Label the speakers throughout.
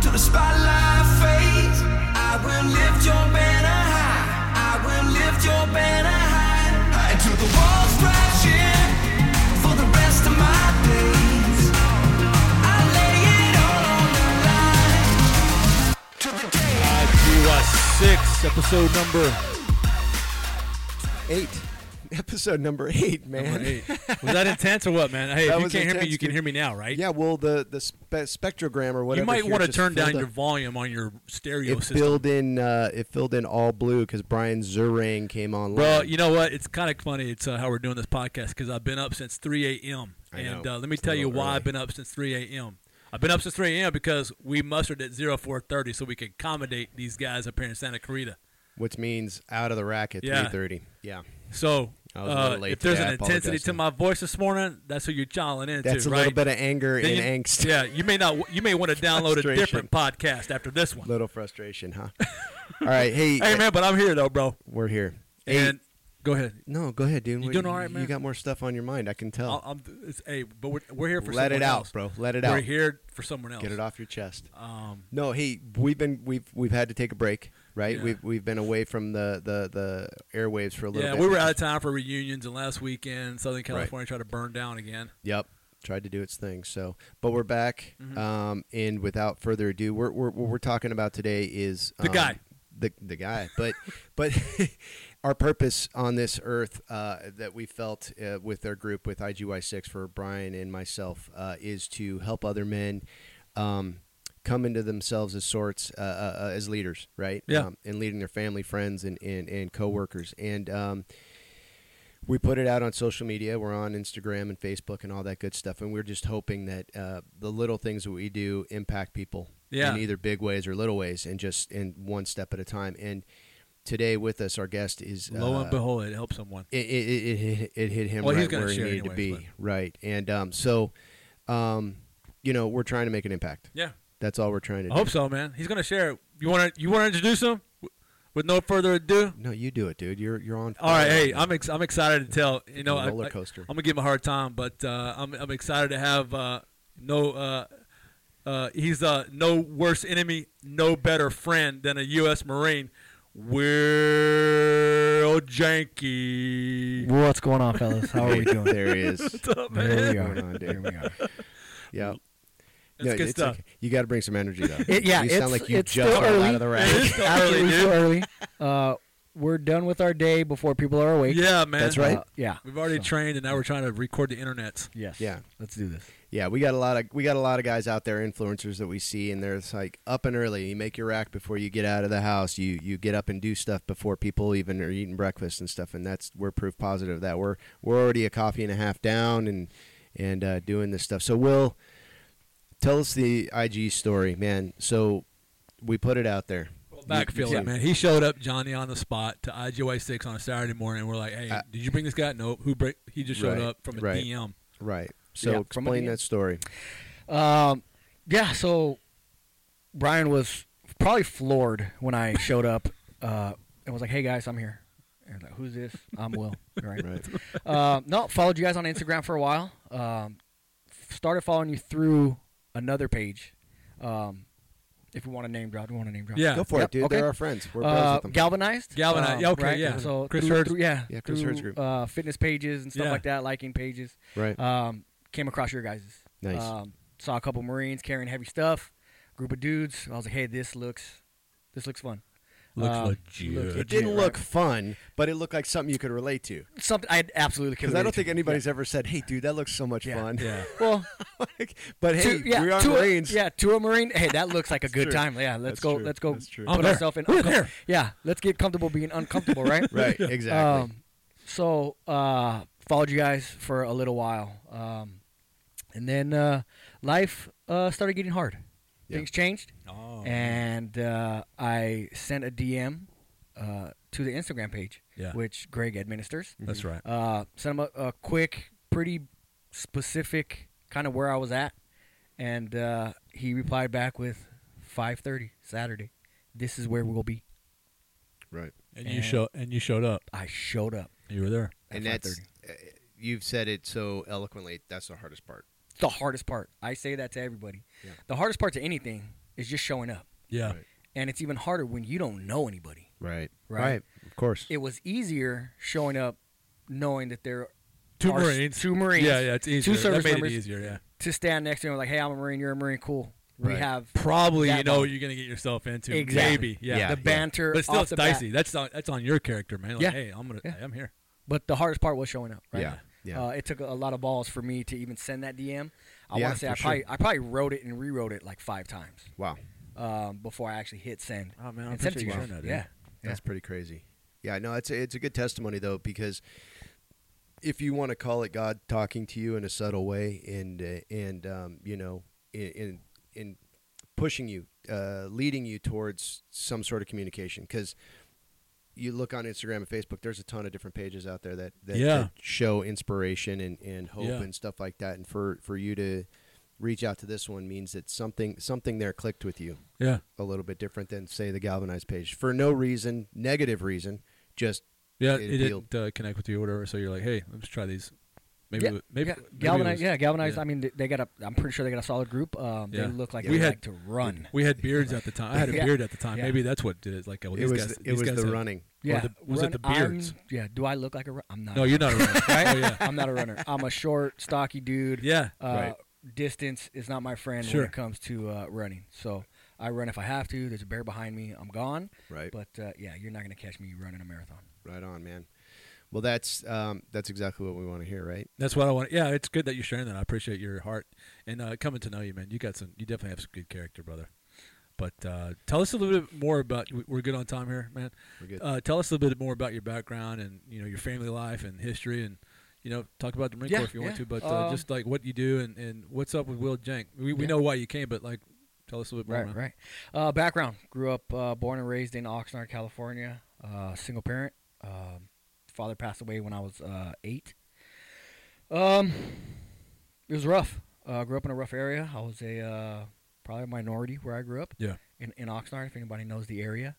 Speaker 1: till the spotlight fades. I will lift your banner high. I will lift your banner high. high until the walls crash in for the rest of my days. I lay it all on the line till the day.
Speaker 2: Five to uh, six, episode number
Speaker 3: Eight. Episode number eight, man.
Speaker 2: number eight. Was that intense or what, man? Hey,
Speaker 3: That
Speaker 2: if you
Speaker 3: was
Speaker 2: can't hear me,
Speaker 3: intense,
Speaker 2: you can
Speaker 3: dude.
Speaker 2: hear me now, right?
Speaker 3: Yeah, well, the the spe- spectrogram or whatever.
Speaker 2: You might
Speaker 3: here
Speaker 2: want to
Speaker 3: just
Speaker 2: turn
Speaker 3: filled
Speaker 2: down your
Speaker 3: up-
Speaker 2: volume on your stereo
Speaker 3: It
Speaker 2: system.
Speaker 3: filled in. Uh, it filled in all blue because Brian Zurang came on.
Speaker 2: Bro, you know what? It's kind of funny. It's uh, how we're doing this podcast because I've been up since 3 a.m.
Speaker 3: I
Speaker 2: and
Speaker 3: know.
Speaker 2: Uh, let me
Speaker 3: It's a
Speaker 2: tell you
Speaker 3: little
Speaker 2: why
Speaker 3: early.
Speaker 2: I've been up since 3 a.m. I've been up since 3 a.m. because we mustered at 0430 so we could accommodate these guys up here in Santa Clarita.
Speaker 3: which means out of the rack at
Speaker 2: Yeah.
Speaker 3: three thirty. Yeah,
Speaker 2: So
Speaker 3: I was a little
Speaker 2: uh,
Speaker 3: late
Speaker 2: if there's
Speaker 3: today. I
Speaker 2: an intensity
Speaker 3: apologize
Speaker 2: to
Speaker 3: to-
Speaker 2: my voice this morning, that's who you're channeling into,
Speaker 3: that's a
Speaker 2: right?
Speaker 3: little bit of anger
Speaker 2: Then you-
Speaker 3: and angst.
Speaker 2: Yeah, you may not. You may want to download a
Speaker 3: Frustration.
Speaker 2: different podcast after this one.
Speaker 3: little frustration, huh? all right, hey,
Speaker 2: Hey man, but I'm here though, bro.
Speaker 3: we're here.
Speaker 2: And
Speaker 3: Hey,
Speaker 2: go ahead.
Speaker 3: no, go ahead, dude.
Speaker 2: You
Speaker 3: What-
Speaker 2: doing all right, man?
Speaker 3: You got more stuff on your mind. I can tell.
Speaker 2: I'll, I'm. It's, hey, but we're, we're here for
Speaker 3: Let
Speaker 2: someone
Speaker 3: it out,
Speaker 2: else.
Speaker 3: bro. Let it
Speaker 2: we're
Speaker 3: out.
Speaker 2: here for someone else.
Speaker 3: Get it off your chest.
Speaker 2: Um,
Speaker 3: No, hey, we've been we've we've had to take a break, right?
Speaker 2: Yeah.
Speaker 3: We've we've been away from the the the airwaves for a little
Speaker 2: yeah,
Speaker 3: bit.
Speaker 2: we were out of time for reunions, and last weekend Southern
Speaker 3: Right.
Speaker 2: California tried to burn down again.
Speaker 3: Yep. Tried to do its thing. So, but we're back.
Speaker 2: Mm-hmm.
Speaker 3: Um, and without further ado, we're, we're, what we're talking about today is
Speaker 2: The
Speaker 3: um,
Speaker 2: guy.
Speaker 3: the the guy. But but our purpose on this earth uh, that we felt uh, with our group with IGY6 for Brian and myself uh, is to help other men. Um, come into themselves as sorts uh, uh, uh, as leaders right
Speaker 2: Yeah.
Speaker 3: um, and leading their family friends and and, and co-workers and um, we put it out on social media. We're on Instagram and Facebook and all that good stuff. And we're just hoping that uh, the little things that we do impact people
Speaker 2: Yeah.
Speaker 3: in either big ways or little ways, and just in one step at a time. And today with us, our guest is
Speaker 2: Lo
Speaker 3: uh,
Speaker 2: and behold, it helped someone.
Speaker 3: it, it, it, it, hit- it hit him
Speaker 2: Well, he's
Speaker 3: right
Speaker 2: gonna
Speaker 3: where he
Speaker 2: share
Speaker 3: needed to be.
Speaker 2: anyways,
Speaker 3: Right. And um, so, um, you know, we're trying to make an impact.
Speaker 2: Yeah,
Speaker 3: That's all we're trying to
Speaker 2: I
Speaker 3: do.
Speaker 2: hope so, man. He's gonna share. it. You want to? You want to introduce him? With no further ado.
Speaker 3: No, you do it, dude. You're you're on.
Speaker 2: All right,
Speaker 3: fire.
Speaker 2: hey, I'm ex- I'm excited to tell. You know, I-
Speaker 3: Uh, roller
Speaker 2: I-
Speaker 3: coaster.
Speaker 2: I'm gonna give him a hard time, but uh, I'm I'm excited to have uh, no. Uh, uh, he's uh, no worse enemy, no better friend than a U.S. Marine. Will Janky.
Speaker 4: What's going on, fellas? How are we doing?
Speaker 3: Oh, there he is.
Speaker 4: Here we are.
Speaker 3: Going on, dude.
Speaker 4: Here we are.
Speaker 3: Yeah.
Speaker 2: That's good stuff.
Speaker 3: okay. You got to bring some energy though.
Speaker 4: It- yeah,
Speaker 3: you sound
Speaker 4: it's-
Speaker 3: like you
Speaker 4: it's
Speaker 3: just
Speaker 4: still
Speaker 3: got
Speaker 4: early.
Speaker 3: out of the rack.
Speaker 2: It is still
Speaker 4: Actually,
Speaker 2: early,
Speaker 4: we're still
Speaker 2: dude.
Speaker 4: early. Uh, we're done with our day before people are awake.
Speaker 2: Yeah, man.
Speaker 3: That's right.
Speaker 4: Uh, yeah.
Speaker 2: We've already
Speaker 4: So,
Speaker 2: trained, and now we're trying to record the internets.
Speaker 4: Yes.
Speaker 3: Yeah.
Speaker 4: Let's do this.
Speaker 3: Yeah, we got a lot of we got a lot of guys out there, influencers that we see, and they're just like up and early. You make your rack before you get out of the house. You you get up and do stuff before people even are eating breakfast and stuff. And that's we're proof positive of that we're we're already a coffee and a half down and and uh, doing this stuff. So Will, tell us the IG story, man. So we put it out there.
Speaker 2: Well, backfield,
Speaker 3: You- you-
Speaker 2: man. He showed up, Johnny, on the spot to IGY six on a Saturday morning. We're like, hey,
Speaker 3: Uh,
Speaker 2: did you bring this guy? No. Who? Bring? He just showed
Speaker 3: Right,
Speaker 2: up from a
Speaker 3: right. Um,
Speaker 2: DM.
Speaker 3: Right. So
Speaker 4: Yeah, from a
Speaker 3: explain
Speaker 4: DM.
Speaker 3: that story.
Speaker 4: Um, yeah. So Brian was probably floored when I showed up uh, and was like, "Hey guys, I'm here." And I was like, "Who's this?" I'm Will. Right.
Speaker 3: Right.
Speaker 4: Um, no, followed you guys on Instagram for a while. Um, started following you through another page. Um, if we want to name drop, we want to name drop.
Speaker 2: Yeah.
Speaker 3: Go for
Speaker 4: Yep,
Speaker 3: it, dude.
Speaker 4: okay.
Speaker 3: They're our friends. We're bros
Speaker 4: Uh,
Speaker 3: with them.
Speaker 4: galvanized. Uh,
Speaker 2: Galvanized, yeah, okay,
Speaker 4: right?
Speaker 2: yeah.
Speaker 4: So
Speaker 2: Chris
Speaker 4: through,
Speaker 2: Hurd's-
Speaker 4: through- yeah,
Speaker 3: yeah, Chris
Speaker 4: through,
Speaker 3: Hurd's group.
Speaker 4: Uh, fitness pages and stuff
Speaker 2: Yeah.
Speaker 4: like that, liking pages.
Speaker 3: right.
Speaker 4: Um, came across your guys.
Speaker 3: Nice.
Speaker 4: Um, saw a couple Marines carrying heavy stuff. Group of dudes. I was like, hey, this looks, this looks fun.
Speaker 2: Looks
Speaker 4: uh,
Speaker 2: legit.
Speaker 4: look-
Speaker 3: It didn't
Speaker 4: Yeah,
Speaker 3: look
Speaker 4: right.
Speaker 3: fun, but it looked like something you could relate to.
Speaker 4: Something I absolutely could.
Speaker 3: Because I don't
Speaker 4: relate
Speaker 3: think
Speaker 4: to.
Speaker 3: anybody's ever said, "Hey, dude, that looks so much
Speaker 4: Yeah.
Speaker 3: fun."
Speaker 2: yeah.
Speaker 4: Well,
Speaker 3: Like, but hey,
Speaker 4: to, yeah,
Speaker 3: we are
Speaker 4: to
Speaker 3: Marines.
Speaker 4: A, yeah, to a Marine. Hey, that looks like a good
Speaker 3: true.
Speaker 4: time. Yeah, let's
Speaker 3: That's
Speaker 4: go.
Speaker 3: true.
Speaker 4: Let's go.
Speaker 3: That's true.
Speaker 2: I'm
Speaker 4: Put
Speaker 2: there.
Speaker 4: ourselves in.
Speaker 2: We're
Speaker 4: uncom-
Speaker 2: there.
Speaker 4: Yeah, let's get comfortable being uncomfortable, right?
Speaker 3: Right. Exactly.
Speaker 4: Um, so uh, followed you guys for a little while, um, and then uh, life uh, started getting hard.
Speaker 3: Yeah.
Speaker 4: Things changed,
Speaker 2: Oh.
Speaker 4: and uh, I sent a DM uh, to the Instagram page,
Speaker 2: Yeah. Mm-hmm.
Speaker 4: which Greg administers.
Speaker 2: That's right.
Speaker 4: Uh, sent him a, a quick, pretty specific kind of where I was at, and uh, he replied back with 5:30 Saturday. This is where we'll be.
Speaker 3: right.
Speaker 2: And you show and you showed up.
Speaker 4: I showed up.
Speaker 2: You were there.
Speaker 4: at
Speaker 3: And that's
Speaker 4: 5:30.
Speaker 3: uh, you've said it so eloquently. That's the hardest part.
Speaker 4: the hardest part. I say that to everybody.
Speaker 3: Yeah.
Speaker 4: The hardest part to anything is just showing up.
Speaker 2: Yeah.
Speaker 3: Right.
Speaker 4: And it's even harder when you don't know anybody.
Speaker 3: Right.
Speaker 4: Right.
Speaker 3: Of course.
Speaker 4: It was easier showing up knowing that there
Speaker 2: Two
Speaker 4: are s-
Speaker 2: Marines.
Speaker 4: two Marines
Speaker 2: Yeah, yeah, it's easier. that
Speaker 4: service
Speaker 2: made
Speaker 4: members.
Speaker 2: it easier, yeah.
Speaker 4: to stand next to him like, hey, I'm a Marine, you're a Marine, cool. We
Speaker 3: Right.
Speaker 4: have
Speaker 2: Probably
Speaker 4: That
Speaker 2: you know
Speaker 4: one.
Speaker 2: you're gonna get yourself into
Speaker 4: Exactly.
Speaker 2: maybe, yeah.
Speaker 3: Yeah.
Speaker 4: the banter.
Speaker 2: But still,
Speaker 4: off
Speaker 2: it's
Speaker 4: the bat.
Speaker 2: dicey. That's on that's on your character, man. Like,
Speaker 4: Yeah.
Speaker 2: hey, I'm gonna,
Speaker 4: Yeah.
Speaker 2: I'm here.
Speaker 4: But the hardest part was showing up. Right?
Speaker 3: Yeah, yeah.
Speaker 4: Uh, it took a lot of balls for me to even send that DM. I
Speaker 3: Yeah,
Speaker 4: want to say I
Speaker 3: for
Speaker 4: probably I probably wrote it and rewrote it like five times
Speaker 3: Wow.
Speaker 4: um, before I actually hit send.
Speaker 2: Oh, man, I
Speaker 4: and sent
Speaker 2: appreciate
Speaker 4: it to
Speaker 2: you
Speaker 4: you.
Speaker 2: sharing that, dude.
Speaker 4: yeah.
Speaker 3: That's pretty crazy. Yeah, no, it's a, it's a good testimony though because if you want to call it God talking to you in a subtle way and uh, and um, you know in in, in pushing you, uh, leading you towards some sort of communication because you look on Instagram and Facebook, there's a ton of different pages out there that that,
Speaker 2: Yeah.
Speaker 3: that show inspiration and and hope
Speaker 2: Yeah.
Speaker 3: and stuff like that, and for for you to reach out to this one means that something something there clicked with you
Speaker 2: Yeah,
Speaker 3: a little bit different than say the galvanized page for no reason, negative reason, just
Speaker 2: yeah.
Speaker 3: It
Speaker 2: It,
Speaker 3: appealed.
Speaker 2: didn't uh, connect with you, or whatever. So you're like, hey, let's try these. Maybe,
Speaker 4: Yeah,
Speaker 2: it- maybe,
Speaker 4: yeah.
Speaker 2: maybe it
Speaker 4: galvanized.
Speaker 2: was-
Speaker 4: Yeah, galvanized.
Speaker 2: yeah.
Speaker 4: I mean, th- they got a. I'm pretty sure they got a solid group. Um,
Speaker 2: Yeah.
Speaker 4: They look like
Speaker 2: We
Speaker 4: they
Speaker 2: had-
Speaker 4: like to run.
Speaker 2: We had beards at the time. I had a
Speaker 4: Yeah.
Speaker 2: beard at the time.
Speaker 4: Yeah.
Speaker 2: Maybe that's what did it. Like, oh,
Speaker 3: it
Speaker 2: these
Speaker 3: was
Speaker 2: guys,
Speaker 3: it
Speaker 2: these
Speaker 3: was
Speaker 2: guys
Speaker 3: the
Speaker 2: have-
Speaker 3: running.
Speaker 4: yeah,
Speaker 2: the- was it
Speaker 4: run-
Speaker 2: the beards?
Speaker 4: I'm- yeah. Do I look like a runner? I'm not.
Speaker 2: No, you're not a runner.
Speaker 4: Right?
Speaker 2: Oh, yeah,
Speaker 4: I'm not a runner. I'm a short, stocky dude.
Speaker 2: yeah.
Speaker 4: Uh,
Speaker 3: Right.
Speaker 4: Distance is not my friend
Speaker 2: Sure.
Speaker 4: when it comes to uh, running. So I run if I have to. There's a bear behind me. I'm gone.
Speaker 3: Right.
Speaker 4: But uh, yeah, you're not gonna catch me running a marathon.
Speaker 3: Right on, man. Well, that's um, that's exactly what we want to hear, right?
Speaker 2: That's what I want. Yeah, it's good that you're sharing that. I appreciate your heart and uh, coming to know you, man. You got some. You definitely have some good character, brother. But uh, tell us a little bit more about. we- We're good on time here, man.
Speaker 3: We're good.
Speaker 2: Uh, tell us a little bit more about your background and you know your family life and history and you know talk about the Marine
Speaker 4: Yeah,
Speaker 2: Corps if you want
Speaker 4: yeah.
Speaker 2: to, but uh,
Speaker 4: Um,
Speaker 2: just like what you do and, and what's up with Will Jank. We, we
Speaker 4: Yeah.
Speaker 2: know why you came, but like tell us a little bit more.
Speaker 4: Right,
Speaker 2: man.
Speaker 4: right. Uh, background: grew up, uh, born and raised in Oxnard, California. Uh, single parent. Um father passed away when I was uh, eight. Um, it was rough. Uh, grew up in a rough area. I was a uh, probably a minority where I grew up.
Speaker 2: Yeah.
Speaker 4: In in Oxnard, if anybody knows the area.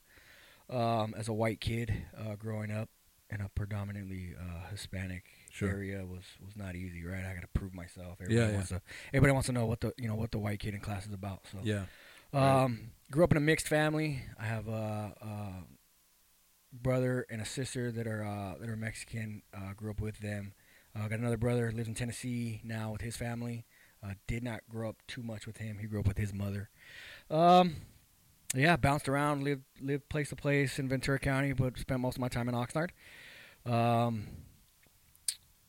Speaker 4: Um, as a white kid, uh, growing up in a predominantly uh, Hispanic
Speaker 2: Sure.
Speaker 4: area was was not easy. Right, I got to prove myself.
Speaker 2: Yeah,
Speaker 4: Everybody
Speaker 2: yeah.
Speaker 4: wants to. Everybody wants to know what the you know what the white kid in class is about. So
Speaker 2: Yeah.
Speaker 3: Right.
Speaker 4: um, grew up in a mixed family. I have a, a brother and a sister that are uh, that are Mexican. Uh, grew up with them. Uh, got another brother lives in Tennessee now with his family. Uh, did not grow up too much with him. He grew up with his mother. Um, yeah, bounced around, lived lived place to place in Ventura County, but spent most of my time in Oxnard. Um,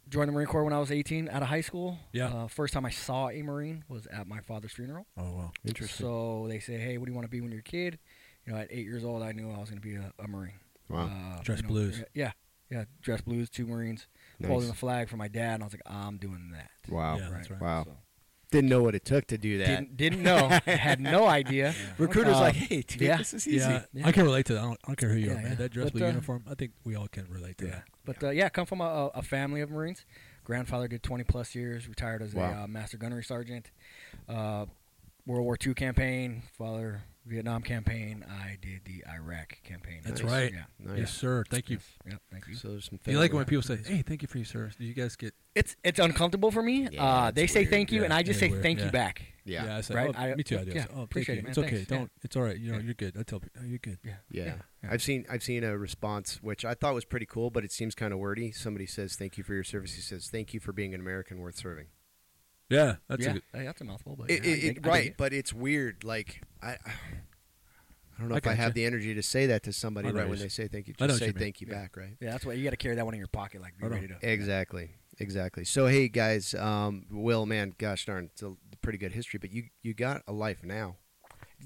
Speaker 4: joined the Marine Corps when I was 18 out of high school.
Speaker 2: Yeah.
Speaker 4: Uh, first time I saw a Marine was at my father's funeral.
Speaker 2: Oh wow.
Speaker 4: So they say, hey, what do you want to be when you're a kid? You know, at eight years old, I knew I was going to be a, a Marine.
Speaker 3: wow,
Speaker 4: Uh,
Speaker 2: Dress
Speaker 4: you know,
Speaker 2: blues.
Speaker 4: Yeah, yeah, dress blues, two Marines,
Speaker 3: Nice.
Speaker 4: holding the flag for my dad, and I was like, I'm doing that.
Speaker 3: wow,
Speaker 2: Yeah, that's right.
Speaker 3: wow.
Speaker 4: So,
Speaker 3: Didn't know what it took to do that.
Speaker 4: didn't didn't know, had no idea.
Speaker 3: Recruiters
Speaker 4: Uh,
Speaker 3: like, hey, dude,
Speaker 4: yeah.
Speaker 3: this is easy.
Speaker 2: Yeah,
Speaker 4: Yeah.
Speaker 2: I can relate to that. I don't, I don't care who you
Speaker 4: Yeah,
Speaker 2: are,
Speaker 4: yeah.
Speaker 2: man. That dress
Speaker 4: But,
Speaker 2: blue
Speaker 4: uh,
Speaker 2: uniform, I think we all can relate to
Speaker 4: Yeah.
Speaker 2: that.
Speaker 4: But uh, yeah, come from a, a a family of Marines. Grandfather did 20 plus years, retired as
Speaker 3: Wow.
Speaker 4: a uh, master gunnery sergeant. Uh, World War II campaign, father Vietnam campaign. I did the Iraq campaign.
Speaker 2: That's
Speaker 3: Nice.
Speaker 2: right.
Speaker 4: Oh, Yeah.
Speaker 3: Nice.
Speaker 2: Yes, sir. Thank you.
Speaker 4: Yep, thank you.
Speaker 3: So there's some.
Speaker 2: You like when
Speaker 3: family-
Speaker 2: people say, "Hey, thank you for your service." Do you guys get?
Speaker 4: it's it's uncomfortable for me.
Speaker 3: Yeah,
Speaker 4: uh,
Speaker 3: it's
Speaker 4: they say
Speaker 3: weird.
Speaker 4: thank you,
Speaker 2: Yeah,
Speaker 4: and I just
Speaker 2: it's
Speaker 4: say
Speaker 2: weird.
Speaker 4: thank
Speaker 2: Yeah.
Speaker 4: you back.
Speaker 3: Yeah,
Speaker 2: I
Speaker 3: yeah,
Speaker 2: say,
Speaker 4: Right?
Speaker 2: "Oh,
Speaker 4: I-
Speaker 2: me too. I do.
Speaker 4: yeah,
Speaker 2: I say, oh, thank
Speaker 4: appreciate
Speaker 2: you.
Speaker 4: it, man.
Speaker 2: It's okay.
Speaker 4: Thanks. Yeah.
Speaker 2: Don't. It's all right. You know, you're good. I tell people, oh, you're good.
Speaker 4: Yeah,
Speaker 3: I've seen I've seen a response which I thought was pretty cool, but it seems kind of wordy. Somebody says, "Thank you for your service." He says, "Thank you for being an American worth serving."
Speaker 2: Yeah, that's
Speaker 4: yeah.
Speaker 2: a good.
Speaker 4: Hey, that's a mouthful, but
Speaker 3: It,
Speaker 4: yeah, I
Speaker 3: it-
Speaker 4: dig- I
Speaker 3: it-
Speaker 4: dig
Speaker 3: right,
Speaker 4: it.
Speaker 3: but it's weird. Like I, I don't know
Speaker 2: I
Speaker 3: if I have
Speaker 2: gotcha.
Speaker 3: the energy to say that to somebody
Speaker 2: I know
Speaker 3: right
Speaker 2: what
Speaker 3: when
Speaker 2: you-
Speaker 3: they say thank you.
Speaker 2: I know what
Speaker 3: Just say
Speaker 2: you mean.
Speaker 3: thank you back, right?
Speaker 4: Yeah, that's why you got to carry that one in your pocket, like be
Speaker 2: Hold on.
Speaker 4: ready to.
Speaker 3: Exactly, exactly. So hey guys, um, Will, man, gosh darn, it's a pretty good history, but you you got a life now.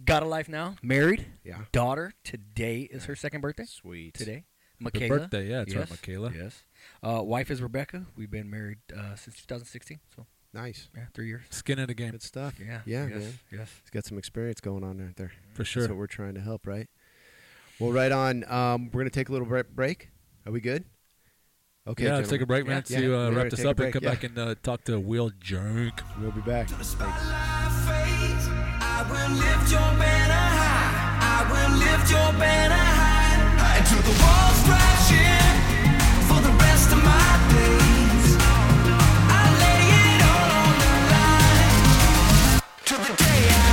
Speaker 4: Got a life now. Married.
Speaker 3: Yeah.
Speaker 4: Daughter. Today is her second birthday.
Speaker 3: Sweet.
Speaker 4: Today.
Speaker 2: Her
Speaker 4: Michaela.
Speaker 2: birthday. Yeah, that's right,
Speaker 4: Yes.
Speaker 2: Michaela.
Speaker 4: Yes. Uh, wife is Rebecca. We've been married uh, since 2016, so
Speaker 3: Nice.
Speaker 4: yeah, three years.
Speaker 2: Skin in the game
Speaker 3: Good stuff.
Speaker 4: Yeah.
Speaker 3: Yeah,
Speaker 4: Yes.
Speaker 3: man.
Speaker 4: Yes.
Speaker 3: He's got some experience going on right there.
Speaker 2: for
Speaker 3: That's what
Speaker 2: sure.
Speaker 3: we're trying to help, right? Well, right on. Um, we're gonna take a little bre- break. Are we good? Okay.
Speaker 2: yeah, let's take a
Speaker 3: gentlemen.
Speaker 2: break, man.
Speaker 3: Yeah.
Speaker 2: to uh,
Speaker 3: We're
Speaker 2: wrap
Speaker 3: gonna
Speaker 2: this
Speaker 3: take a
Speaker 2: up
Speaker 3: break,
Speaker 2: and come
Speaker 3: yeah.
Speaker 2: back and uh, talk to Will Jerk.
Speaker 3: We'll be back.
Speaker 1: the spotlight fades, I will lift your banner high. I will lift your banner high. Until the walls crash in for the rest of my days. I lay it all on the line. Till the day I.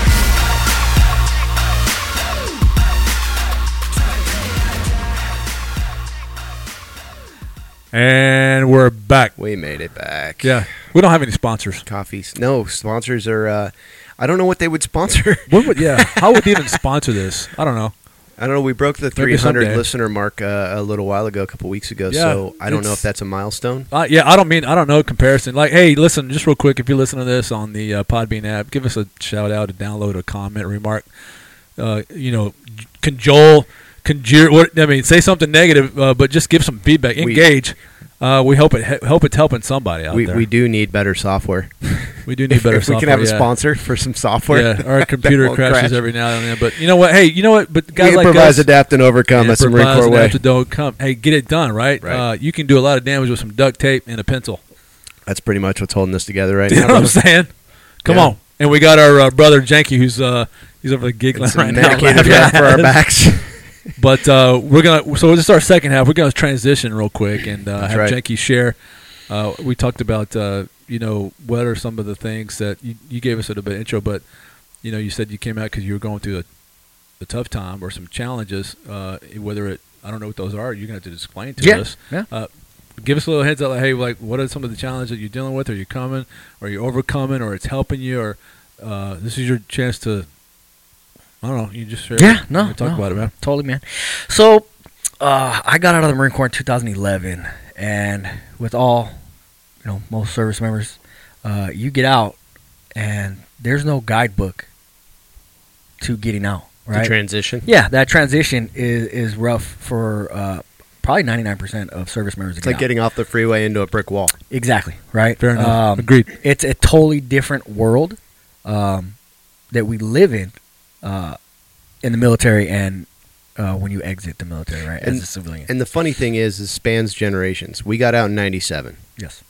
Speaker 2: And we're back.
Speaker 3: We made it back.
Speaker 2: Yeah, we don't have any sponsors.
Speaker 3: Coffees. No, sponsors are. Uh, I don't know what they would sponsor.
Speaker 2: What would, yeah, how would they even sponsor this? I don't know.
Speaker 3: I don't know. We broke the
Speaker 2: Maybe
Speaker 3: 300
Speaker 2: someday.
Speaker 3: listener mark uh, a little while ago, a couple weeks ago.
Speaker 2: Yeah,
Speaker 3: so I don't know
Speaker 2: it's-
Speaker 3: if that's a milestone.
Speaker 2: Uh, yeah, I don't mean I don't know comparison. Like, hey, listen, just real quick, if you listen to this on the uh, Podbean app, give us a shout out, a download, a comment, remark. Uh, you know, cajole, conjure. What I mean, say something negative, uh, but just give some feedback.
Speaker 3: We-
Speaker 2: Engage. uh, we hope it he- hope it's helping somebody out
Speaker 3: We,
Speaker 2: there.
Speaker 3: we do need better software.
Speaker 2: We do need better
Speaker 3: if
Speaker 2: software.
Speaker 3: we can have a
Speaker 2: yeah.
Speaker 3: sponsor for some software.
Speaker 2: Yeah, our computer
Speaker 3: won't
Speaker 2: crashes
Speaker 3: crash.
Speaker 2: every now and then. But you know what? Hey, you know what? But guys
Speaker 3: we
Speaker 2: like
Speaker 3: improvise,
Speaker 2: us,
Speaker 3: adapt, and overcome. That's the Marine
Speaker 2: improvise
Speaker 3: Corps
Speaker 2: and
Speaker 3: way.
Speaker 2: have to don't come. Hey, get it done right.
Speaker 3: Right.
Speaker 2: Uh, you can do a lot of damage with some duct tape and a pencil.
Speaker 3: That's pretty much what's holding us together right
Speaker 2: You know
Speaker 3: now.
Speaker 2: what I'm saying? Come
Speaker 3: Yeah.
Speaker 2: on. And we got our uh, brother Janky, who's uh, he's over there giggling
Speaker 3: It's
Speaker 2: right now,
Speaker 3: medicated
Speaker 2: laughing
Speaker 3: for our
Speaker 2: at us.
Speaker 3: backs.
Speaker 2: But uh, we're gonna so this is our second half. We're gonna transition real quick and uh, have
Speaker 3: right.
Speaker 2: Janky share. Uh, we talked about uh, you know what are some of the things that you, you gave us a little bit of intro, but you know you said you came out because you were going through a, a tough time or some challenges. Uh, whether it I don't know what those are. You're gonna have to explain to
Speaker 4: Yeah,
Speaker 2: us.
Speaker 4: yeah.
Speaker 2: Uh, give us a little heads up. Like, hey, like what are some of the challenges that you're dealing with? Are you coming? Or you're overcoming? Or it's helping you? Or uh, this is your chance to. I don't know. You just share.
Speaker 4: Yeah,
Speaker 2: it.
Speaker 4: no,
Speaker 2: talk
Speaker 4: no.
Speaker 2: about it, man.
Speaker 4: Totally, man. So, uh, I got out of the Marine Corps in 2011, and with all, you know, most service members, uh, you get out, and there's no guidebook to getting out. Right?
Speaker 3: transition.
Speaker 4: yeah, that transition is is rough for uh, probably 99% of service members. to
Speaker 3: It's
Speaker 4: get
Speaker 3: like
Speaker 4: out.
Speaker 3: getting off the freeway into a brick wall.
Speaker 4: Exactly. Right.
Speaker 2: Fair enough.
Speaker 4: Um,
Speaker 2: Agreed.
Speaker 4: It's a totally different world um, that we live in uh, in the military and uh, when you exit the military, right?
Speaker 3: And-
Speaker 4: as a civilian.
Speaker 3: And the funny thing is, it spans generations. We got out in 97.
Speaker 4: yes.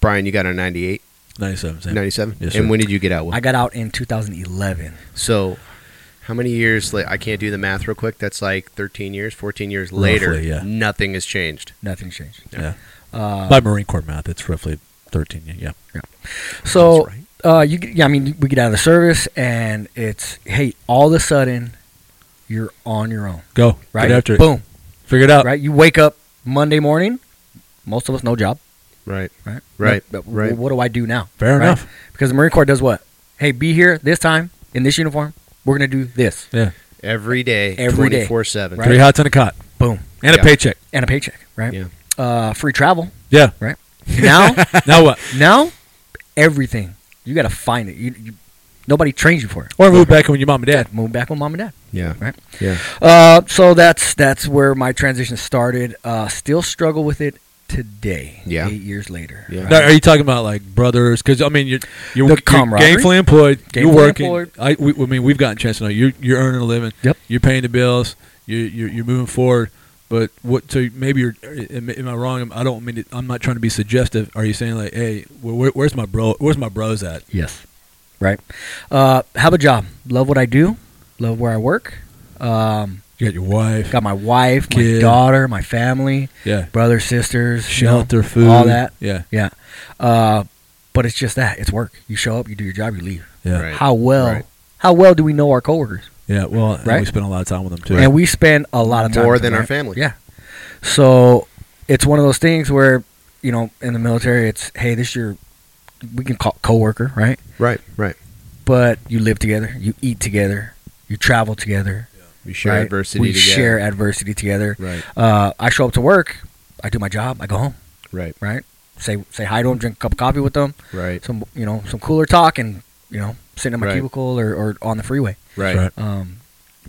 Speaker 3: Brian, you got out in 98,
Speaker 2: 97. Sam.
Speaker 3: 97?
Speaker 2: Yes,
Speaker 3: and
Speaker 2: sir.
Speaker 3: when did you get out? Will?
Speaker 4: I got out in 2011.
Speaker 3: So, how many years? Like, I can't do the math real quick. That's like 13 years, 14 years
Speaker 2: Roughly,
Speaker 3: later.
Speaker 2: yeah.
Speaker 3: Nothing has changed.
Speaker 4: Nothing changed.
Speaker 2: Yeah.
Speaker 4: Uh,
Speaker 2: By Marine Corps math, it's roughly 13. Yeah. yeah.
Speaker 4: So,
Speaker 3: That's
Speaker 4: uh, you get- yeah, I mean, we get out of the service, and it's hey, all of a sudden, you're on your own,
Speaker 2: Go.
Speaker 4: right?
Speaker 2: Get after it. Uh,
Speaker 4: Boom,
Speaker 2: Figure it out.
Speaker 4: right? You wake up Monday morning. Most of us no job,
Speaker 3: Right.
Speaker 4: right?
Speaker 3: Right,
Speaker 4: But- but
Speaker 3: right.
Speaker 4: What do I do now?
Speaker 2: Fair
Speaker 4: right?
Speaker 2: enough.
Speaker 4: Because the Marine Corps does what? Hey, be here this time in this uniform. We're gonna do this.
Speaker 2: Yeah.
Speaker 3: Every day,
Speaker 4: Every day,
Speaker 3: 24 7.
Speaker 4: right?
Speaker 2: Three hots and a cot.
Speaker 4: Boom,
Speaker 2: And
Speaker 3: Yeah.
Speaker 2: a paycheck.
Speaker 4: and a paycheck, right?
Speaker 3: Yeah.
Speaker 4: Uh, free travel,
Speaker 2: Yeah.
Speaker 4: right? Now,
Speaker 2: Now what?
Speaker 4: now, everything you gotta find it. You, you nobody trains you for it.
Speaker 2: Or move back in with your mom and dad.
Speaker 4: Move back with mom and dad,
Speaker 3: Yeah.
Speaker 4: right?
Speaker 3: Yeah.
Speaker 4: Uh, so that's that's where my transition started. Uh, still struggle with it today.
Speaker 3: Yeah.
Speaker 4: eight years later.
Speaker 3: Yeah.
Speaker 2: Now, are you talking about like brothers? Because I mean, you're you're,
Speaker 4: The
Speaker 2: you're
Speaker 4: camaraderie.
Speaker 2: gainfully employed. you're
Speaker 4: Gainfully
Speaker 2: working.
Speaker 4: employed.
Speaker 2: I, we, I mean, we've gotten a chance to know you. You're earning a living.
Speaker 4: Yep.
Speaker 2: You're paying the bills. You're you're, you're moving forward. But what? So maybe you're. Am, am I wrong? I don't mean. To, I'm not trying to be suggestive. Are you saying like, hey, where, where, where's my bro? Where's my bros at?
Speaker 4: Yes. Right. Uh, have a job. Love what I do. Love where I work. Um,
Speaker 2: You got your wife.
Speaker 4: got my wife, my
Speaker 2: Kid.
Speaker 4: daughter, my family,
Speaker 2: yeah.
Speaker 4: brothers, sisters, you know,
Speaker 2: Shelter, food,
Speaker 4: all that.
Speaker 2: Yeah.
Speaker 4: Yeah. Uh, but it's just that it's work. You show up, you do your job, you leave.
Speaker 2: Yeah.
Speaker 3: Right.
Speaker 4: How well?
Speaker 3: Right.
Speaker 4: How well do we know our coworkers?
Speaker 2: Yeah. Well, and
Speaker 4: Right?
Speaker 2: we spend a lot of time with them too.
Speaker 4: And we spend a lot of time
Speaker 3: More
Speaker 4: with them,
Speaker 3: than our
Speaker 4: right?
Speaker 3: family.
Speaker 4: Yeah. So it's one of those things where you know in the military it's hey this is your we can call it coworker right
Speaker 3: Right. Right.
Speaker 4: but you live together, you eat together, you travel together.
Speaker 3: We share
Speaker 4: right?
Speaker 3: adversity
Speaker 4: We
Speaker 3: together.
Speaker 4: share adversity together.
Speaker 3: Right.
Speaker 4: Uh, I show up to work, I do my job, I go home,
Speaker 3: Right.
Speaker 4: right? Say say hi to them, drink a cup of coffee with them,
Speaker 3: Right.
Speaker 4: some you know some cooler talk, and you know sitting in my
Speaker 3: Right.
Speaker 4: cubicle or, or on the freeway.
Speaker 3: Right.
Speaker 2: Right.
Speaker 4: Um,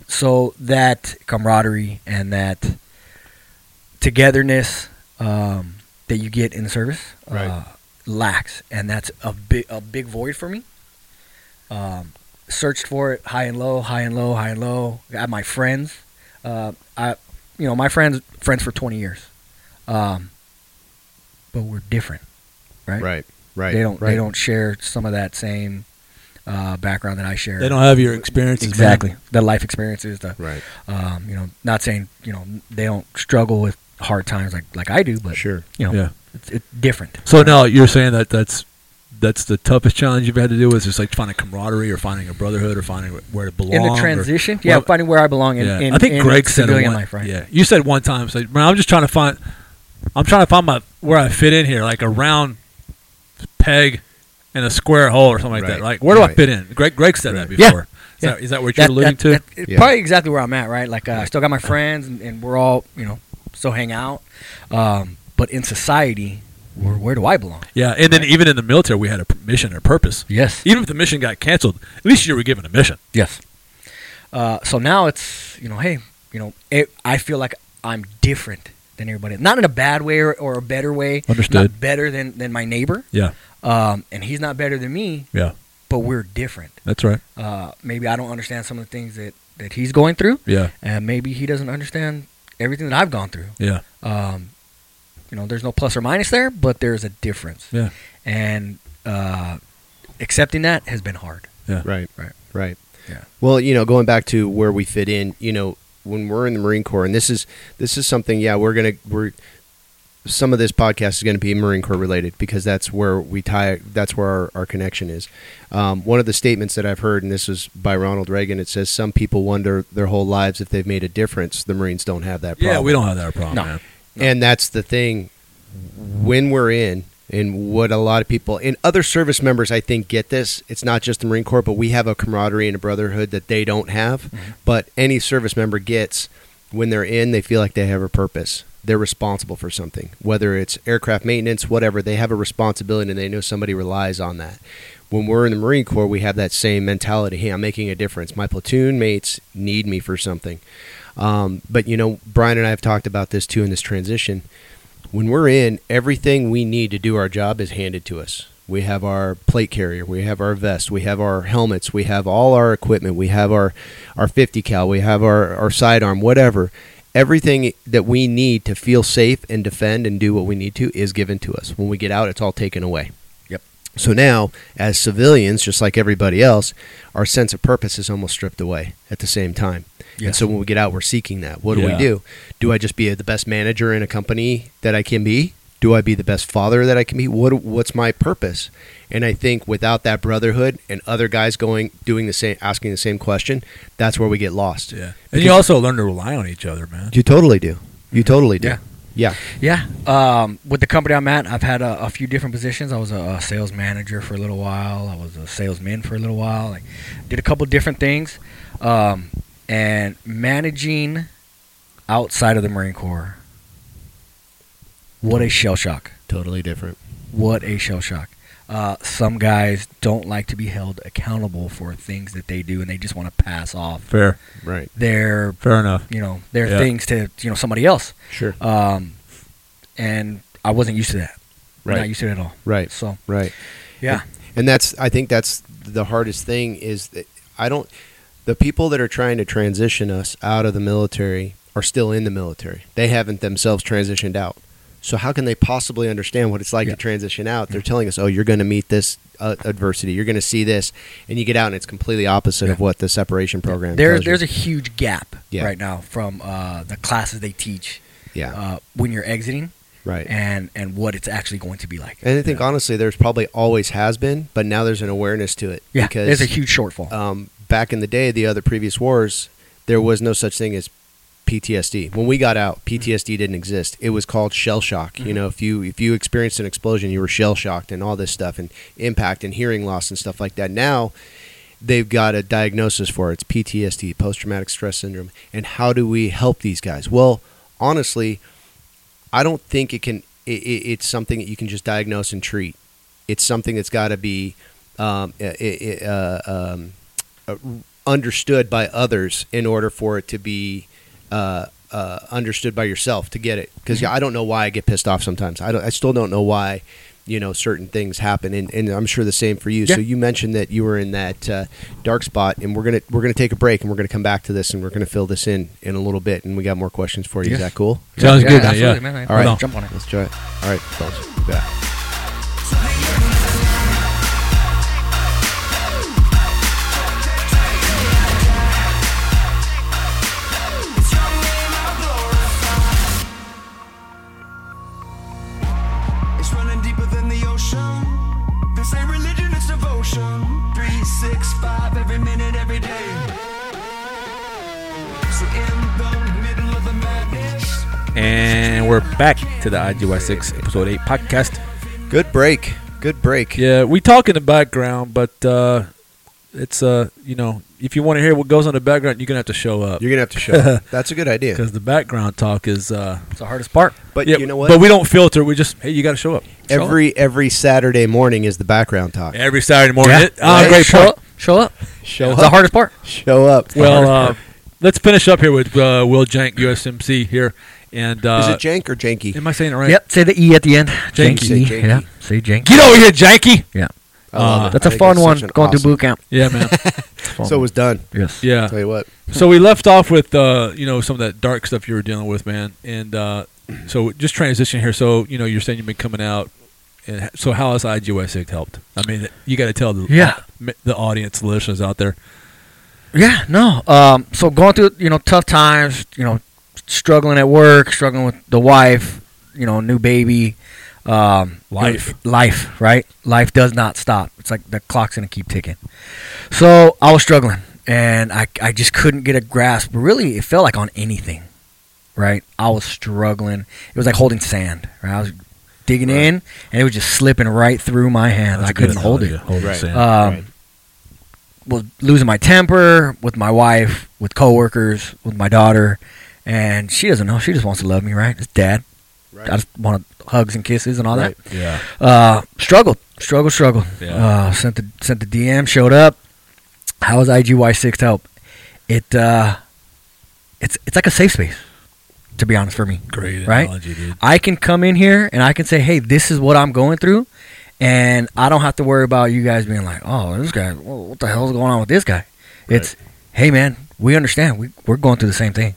Speaker 4: so that camaraderie and that togetherness um, that you get in the service
Speaker 3: Right.
Speaker 4: uh, lacks, and that's a big a big void for me. Um, searched for it high and low, high and low, high and low. Got my friends. Uh, I, you know, my friends friends for twenty years, um, but we're different, right?
Speaker 3: Right. Right.
Speaker 4: They don't
Speaker 3: Right.
Speaker 4: they don't share some of that same uh, background that I share.
Speaker 2: they don't have your experiences. man.
Speaker 4: Exactly. The life experiences, the
Speaker 3: Right.
Speaker 4: um, you know, not saying you know they don't struggle with hard times like like I do, but
Speaker 3: Sure.
Speaker 4: you know,
Speaker 2: Yeah.
Speaker 4: it's, it's different.
Speaker 2: So now you're saying that that's that's the toughest challenge you've had to do is just like finding camaraderie or finding a brotherhood or finding where to belong.
Speaker 4: in the
Speaker 2: or-
Speaker 4: transition, yeah,
Speaker 2: well,
Speaker 4: finding where I belong in,
Speaker 2: yeah.
Speaker 4: in
Speaker 2: I think
Speaker 4: in
Speaker 2: Greg said it
Speaker 4: civilian
Speaker 2: one,
Speaker 4: life, right?
Speaker 2: Yeah, you said one time. So man, I'm just trying to find. I'm trying to find my where I fit in here, like a round peg in a square hole or something like that.
Speaker 3: Right,
Speaker 2: Like, where do I
Speaker 3: right.
Speaker 2: fit in? Greg, Greg said that
Speaker 3: Right.
Speaker 4: Yeah,
Speaker 2: before. Is,
Speaker 4: yeah.
Speaker 2: that, is that what you're
Speaker 4: That-
Speaker 2: alluding
Speaker 4: that-
Speaker 2: to?
Speaker 4: that- it-
Speaker 3: Yeah.
Speaker 4: Probably exactly where I'm at, right? Like, uh, I still got my friends, and, and we're all, you know, still hang out. Um, but in society, where, where do I belong?
Speaker 2: yeah, and then even in the military, we had a p- mission or purpose.
Speaker 4: Yes.
Speaker 2: Even if the mission got canceled, at least you were given a mission.
Speaker 4: Yes. Uh, so now it's you know, hey, you know, it, I feel like I'm different than everybody. Not in a bad way or, or a better way.
Speaker 2: Understood.
Speaker 4: Not better than than my neighbor,
Speaker 2: Yeah,
Speaker 4: um, and he's not better than me,
Speaker 2: yeah,
Speaker 4: but we're different.
Speaker 2: that's right.
Speaker 4: Uh, maybe I don't understand some of the things that that he's going through,
Speaker 2: Yeah,
Speaker 4: and maybe he doesn't understand everything that I've gone through.
Speaker 2: yeah,
Speaker 4: Um, you know, there's no plus or minus there, but there's a difference,
Speaker 2: yeah,
Speaker 4: and uh, accepting that has been hard.
Speaker 2: yeah.
Speaker 3: Right.
Speaker 4: Right.
Speaker 3: Right.
Speaker 4: Yeah.
Speaker 3: Well, you know, going back to where we fit in, you know, when we're in the Marine Corps, and this is this is something. Yeah, we're gonna we're some of this podcast is going to be Marine Corps related because that's where we tie. That's where our, our connection is. Um, one of the statements that I've heard, and this was by Ronald Reagan, it says some people wonder their whole lives if they've made a difference. The Marines don't have that problem.
Speaker 2: Yeah, we don't have that problem,
Speaker 4: No.
Speaker 2: Oh, man.
Speaker 3: And that's the thing when we're in and what a lot of people and other service members I think get this. It's not just the Marine Corps, but we have a camaraderie and a brotherhood that they don't have. But any service member gets when they're in, they feel like they have a purpose. They're responsible for something, whether it's aircraft maintenance, whatever. They have a responsibility and they know somebody relies on that. When we're in the Marine Corps, we have that same mentality. Hey, I'm making a difference. My platoon mates need me for something. Um, but you know, Brian and I have talked about this too in this transition. When we're in, everything we need to do our job is handed to us. We have our plate carrier, we have our vest, we have our helmets, we have all our equipment, we have our our 50 cal, we have our our sidearm, whatever. Everything that we need to feel safe and defend and do what we need to is given to us. When we get out, it's all taken away.
Speaker 4: Yep.
Speaker 3: So now, as civilians, just like everybody else, our sense of purpose is almost stripped away at the same time. And
Speaker 4: Yes.
Speaker 3: so when we get out, we're seeking that. What do
Speaker 2: Yeah.
Speaker 3: we do? Do I just be the best manager in a company that I can be? Do I be the best father that I can be? What what's my purpose? And I think without that brotherhood and other guys going doing the same asking the same question, that's where we get lost.
Speaker 2: Yeah, and you also learn to rely on each other, man.
Speaker 3: You totally do. You totally do.
Speaker 4: Yeah.
Speaker 3: Yeah.
Speaker 4: Yeah. Um, with the company I'm at, I've had a, a few different positions. I was a, a sales manager for a little while. I was a salesman for a little while. I did a couple different things. Um, and managing outside of the Marine Corps, what a shell shock.
Speaker 3: Totally different.
Speaker 4: What a shell shock. Uh, some guys don't like to be held accountable for things that they do, and they just want to pass off
Speaker 2: Fair,
Speaker 3: Right.
Speaker 4: their,
Speaker 2: fair enough.
Speaker 4: you know, their
Speaker 2: Yeah.
Speaker 4: things to you know somebody else
Speaker 3: Sure.
Speaker 4: um, and I wasn't used to that.
Speaker 3: Right.
Speaker 4: Not used to it at all.
Speaker 3: Right.
Speaker 4: So
Speaker 3: Right.
Speaker 4: yeah,
Speaker 3: and that's i think that's the hardest thing is that i don't the people that are trying to transition us out of the military are still in the military they haven't themselves transitioned out so how can they possibly understand what it's like
Speaker 4: Yeah. Mm.
Speaker 3: to transition out they're telling us oh you're going to meet this uh, adversity you're going to see this and you get out and it's completely opposite of
Speaker 4: Yeah.
Speaker 3: what the separation program
Speaker 4: there,
Speaker 3: tells you.
Speaker 4: there's a huge gap
Speaker 3: Yeah.
Speaker 4: right now from uh, the classes they teach
Speaker 3: yeah
Speaker 4: uh, when you're exiting
Speaker 3: right
Speaker 4: and and what it's actually going to be like.
Speaker 3: and i think honestly there's probably always has been but now there's an awareness to it
Speaker 4: yeah,
Speaker 3: because
Speaker 4: there's a huge shortfall.
Speaker 3: um, back in the day, the other previous wars, there was no such thing as PTSD. When we got out, PTSD didn't exist. It was called shell shock. You know, if you if you experienced an explosion, you were shell shocked and all this stuff and impact and hearing loss and stuff like that. Now they've got a diagnosis for it. It's PTSD, post traumatic stress syndrome. And how do we help these guys? Well, honestly, I don't think it can. It, it, it's something that you can just diagnose and treat. It's something that's got to be um, i i uh, um, uh, understood by others in order for it to be uh, uh, understood by yourself to get it. Because I don't know why I get pissed off sometimes. I, don't, I still don't know why you know certain things happen, and, and I'm sure the same for you.
Speaker 4: Yeah.
Speaker 3: So you mentioned that you were in that uh, dark spot, and we're gonna we're gonna take a break, and we're gonna come back to this, and we're gonna fill this in in a little bit, and we got more questions for you. Is
Speaker 4: Yes.
Speaker 3: that cool?
Speaker 2: Sounds
Speaker 4: yeah,
Speaker 2: good, man.
Speaker 4: absolutely,
Speaker 2: Yeah.
Speaker 4: man. I-
Speaker 3: All right.
Speaker 4: jump on it.
Speaker 3: Let's try it. All right, folks. Yeah.
Speaker 1: It's running deeper than the ocean. This ain't religion, it's devotion. Three, six, five, every minute, every day. So in the middle of the madness,
Speaker 2: And and we're back to the IGY6 Episode 8 podcast.
Speaker 3: Good break. Good break.
Speaker 2: Yeah, we talk in the background, but uh, it's, uh, you know, if you want to hear what goes on in the background, you're going to have to show up.
Speaker 3: You're gonna have to show. up. That's a good idea.
Speaker 2: Because the background talk is, uh,
Speaker 4: It's the hardest part.
Speaker 3: But
Speaker 2: yeah,
Speaker 3: you know what?
Speaker 2: But we don't filter. We just, hey, you got to show up. Show up.
Speaker 3: every every Saturday morning is the background talk.
Speaker 2: every Saturday morning. It- oh,
Speaker 3: Right.
Speaker 2: great
Speaker 4: show
Speaker 2: point.
Speaker 4: up. Show up.
Speaker 3: Show
Speaker 4: It's the
Speaker 3: up.
Speaker 4: hardest part.
Speaker 3: Show up.
Speaker 2: Well, uh, let's finish up here with uh, Will Jank, USMC here, and uh,
Speaker 3: is it Jank or Janky?
Speaker 2: am I saying it right?
Speaker 4: Yep. Say the e at the end.
Speaker 2: Janky.
Speaker 3: Say janky.
Speaker 4: Yeah. Say janky.
Speaker 2: Get over here, Janky.
Speaker 4: Yeah.
Speaker 2: uh,
Speaker 3: I love it.
Speaker 4: That's
Speaker 3: Uh, I
Speaker 4: a
Speaker 3: think
Speaker 4: fun
Speaker 3: it's
Speaker 4: one.
Speaker 3: such an
Speaker 4: Going
Speaker 3: awesome-
Speaker 4: through boot camp.
Speaker 2: Yeah, man.
Speaker 4: It's fun.
Speaker 3: So it was done.
Speaker 4: yes.
Speaker 2: Yeah.
Speaker 3: Tell you what.
Speaker 2: So we left off with uh, you know some of that dark stuff you were dealing with, man, and uh, so just transition here. So you know you're saying you've been coming out, and h- so how has IGY6 helped? I mean, you got to tell the
Speaker 4: Yeah.
Speaker 2: m- the audience the listeners out there.
Speaker 4: Yeah, no. Um, so going through you know tough times, you know, struggling at work, struggling with the wife, you know, new baby, um,
Speaker 2: Life.
Speaker 4: you know, life, right? Life does not stop. It's like the clock's gonna keep ticking. So I was struggling, and I I just couldn't get a grasp. Really, it felt like on anything, right? I was struggling. It was like holding sand. Right? I was digging in, and it was just slipping right through my hands. I couldn't hold it.
Speaker 2: Hold
Speaker 3: Right.
Speaker 2: Sam.
Speaker 4: Um,
Speaker 3: Right.
Speaker 4: Was losing my temper with my wife, with coworkers, with my daughter, and she doesn't know. She just wants to love me, right? It's dad.
Speaker 3: Right.
Speaker 4: I just want hugs and kisses and all
Speaker 3: Right.
Speaker 2: yeah.
Speaker 4: that. Uh, struggled, struggled, struggled.
Speaker 2: Yeah.
Speaker 4: Uh, sent the sent the DM, showed up. How is IGY six help? It uh, it's it's like a safe space, to be honest, for me.
Speaker 2: Great
Speaker 4: Right?
Speaker 2: analogy, dude.
Speaker 4: I can come in here and I can say, hey, this is what I'm going through. And I don't have to worry about you guys being like, oh, this guy, wh- what the hell's going on with this guy? It's, hey, man, we understand. We, we're going through the same thing.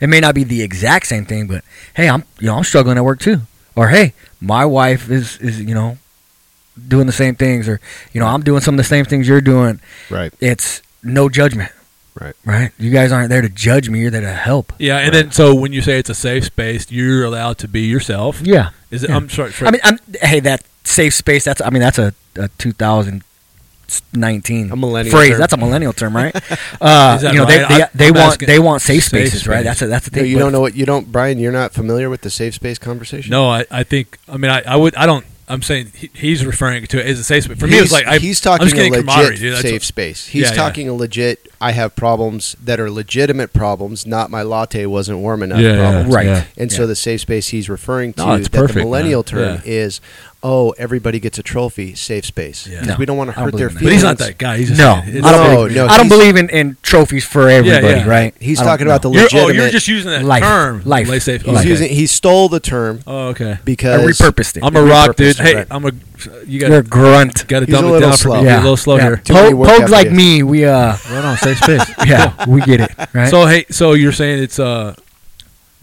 Speaker 4: It may not be the exact same thing, but hey, I'm, you know, I'm struggling at work too. Or hey, my wife is, is, you know, doing the same things. Or, you know, I'm doing some of the same things you're doing.
Speaker 3: Right.
Speaker 4: It's no judgment.
Speaker 3: Right.
Speaker 4: Right. You guys aren't there to judge me. You're there to help.
Speaker 2: Yeah, and then so when you say it's a safe space, you're allowed to be yourself.
Speaker 4: Yeah.
Speaker 2: Is it?
Speaker 4: Yeah.
Speaker 2: I'm sorry. sorry.
Speaker 4: I mean, I'm, hey, that safe space. That's I mean, that's a, a 2019
Speaker 3: A millennial
Speaker 4: phrase.
Speaker 3: term.
Speaker 4: That's a millennial term, right? Uh,
Speaker 2: Is that
Speaker 4: you know,
Speaker 2: right?
Speaker 4: they
Speaker 2: I-
Speaker 4: they, they
Speaker 2: I'm
Speaker 4: want
Speaker 2: asking-
Speaker 4: they want safe
Speaker 2: Safe
Speaker 4: spaces,
Speaker 2: space.
Speaker 4: right? That's a, that's the
Speaker 3: No,
Speaker 4: thing.
Speaker 3: you
Speaker 4: but
Speaker 3: don't know what you don't, Brian. You're not familiar with the safe space conversation.
Speaker 2: no, I, I think. I mean, I, I would. I don't. I'm saying he, he's referring to it as a safe space. For me, it's
Speaker 3: He's-
Speaker 2: like I,
Speaker 3: he's talking
Speaker 2: I'm just
Speaker 3: a
Speaker 2: getting camaraderie,
Speaker 3: legit
Speaker 2: dude. That's
Speaker 3: safe
Speaker 2: what-
Speaker 3: space. He's
Speaker 2: Yeah, yeah.
Speaker 3: talking a legit. I have problems that are legitimate problems, not my latte wasn't warm enough.
Speaker 2: Yeah, yeah,
Speaker 3: problems.
Speaker 4: Right. yeah.
Speaker 3: And
Speaker 4: Yeah.
Speaker 3: so the safe space he's referring to,
Speaker 2: No, it's
Speaker 3: that
Speaker 2: perfect,
Speaker 3: the millennial
Speaker 2: man.
Speaker 3: term is, oh, everybody gets a trophy. Safe space
Speaker 2: Yeah.
Speaker 3: because
Speaker 2: No,
Speaker 3: we don't want to
Speaker 4: I don't
Speaker 3: hurt their
Speaker 4: believe in
Speaker 3: feelings.
Speaker 4: that.
Speaker 2: But he's not that guy. He's just
Speaker 4: No,
Speaker 2: saying it's-
Speaker 4: I
Speaker 3: no,
Speaker 4: don't,
Speaker 3: no,
Speaker 4: I don't
Speaker 3: he's-
Speaker 4: believe in, in trophies for everybody,
Speaker 2: yeah.
Speaker 4: right?
Speaker 3: He's
Speaker 4: I don't
Speaker 3: talking about
Speaker 4: know.
Speaker 3: the
Speaker 2: You're,
Speaker 3: legitimate.
Speaker 2: oh, you're just using that
Speaker 4: Life.
Speaker 2: term.
Speaker 4: Life.
Speaker 2: Lay safe.
Speaker 3: he's
Speaker 2: oh, okay.
Speaker 3: using. He stole the term
Speaker 2: Oh, okay.
Speaker 3: because
Speaker 4: I repurposed it.
Speaker 2: I'm a rock, dude.
Speaker 3: repurposed,
Speaker 2: Hey,
Speaker 3: right.
Speaker 2: I'm a. You
Speaker 4: You're a
Speaker 2: got
Speaker 4: grunt.
Speaker 2: got to
Speaker 3: He's a
Speaker 2: dumb it
Speaker 3: little
Speaker 2: down
Speaker 3: slow.
Speaker 2: for me. You're A little slow
Speaker 4: yeah.
Speaker 2: here.
Speaker 3: Too many
Speaker 4: Po-
Speaker 3: workout
Speaker 4: pogues like
Speaker 3: videos.
Speaker 4: me, we uh,
Speaker 2: Right on, safe space.
Speaker 4: yeah, we get it, right?
Speaker 2: So hey, so you're saying it's uh,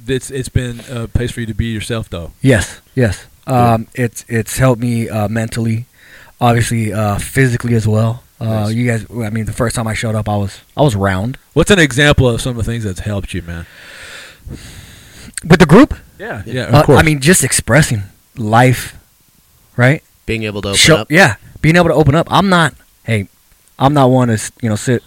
Speaker 2: it's it's been a place for you to be yourself though.
Speaker 4: Yes, yes. Um, It's it's helped me uh, mentally, obviously uh, physically as well. Uh,
Speaker 3: Nice.
Speaker 4: You guys, I mean, the first time I showed up, I was I was round
Speaker 2: What's an example of some of the things that's helped you, man?
Speaker 4: with the group.
Speaker 2: Yeah, yeah, of
Speaker 4: Uh,
Speaker 2: course.
Speaker 4: I mean, just expressing life, right?
Speaker 3: being able to open
Speaker 4: Show-
Speaker 3: up.
Speaker 4: Yeah, being able to open up. I'm not. Hey, I'm not one to you know sit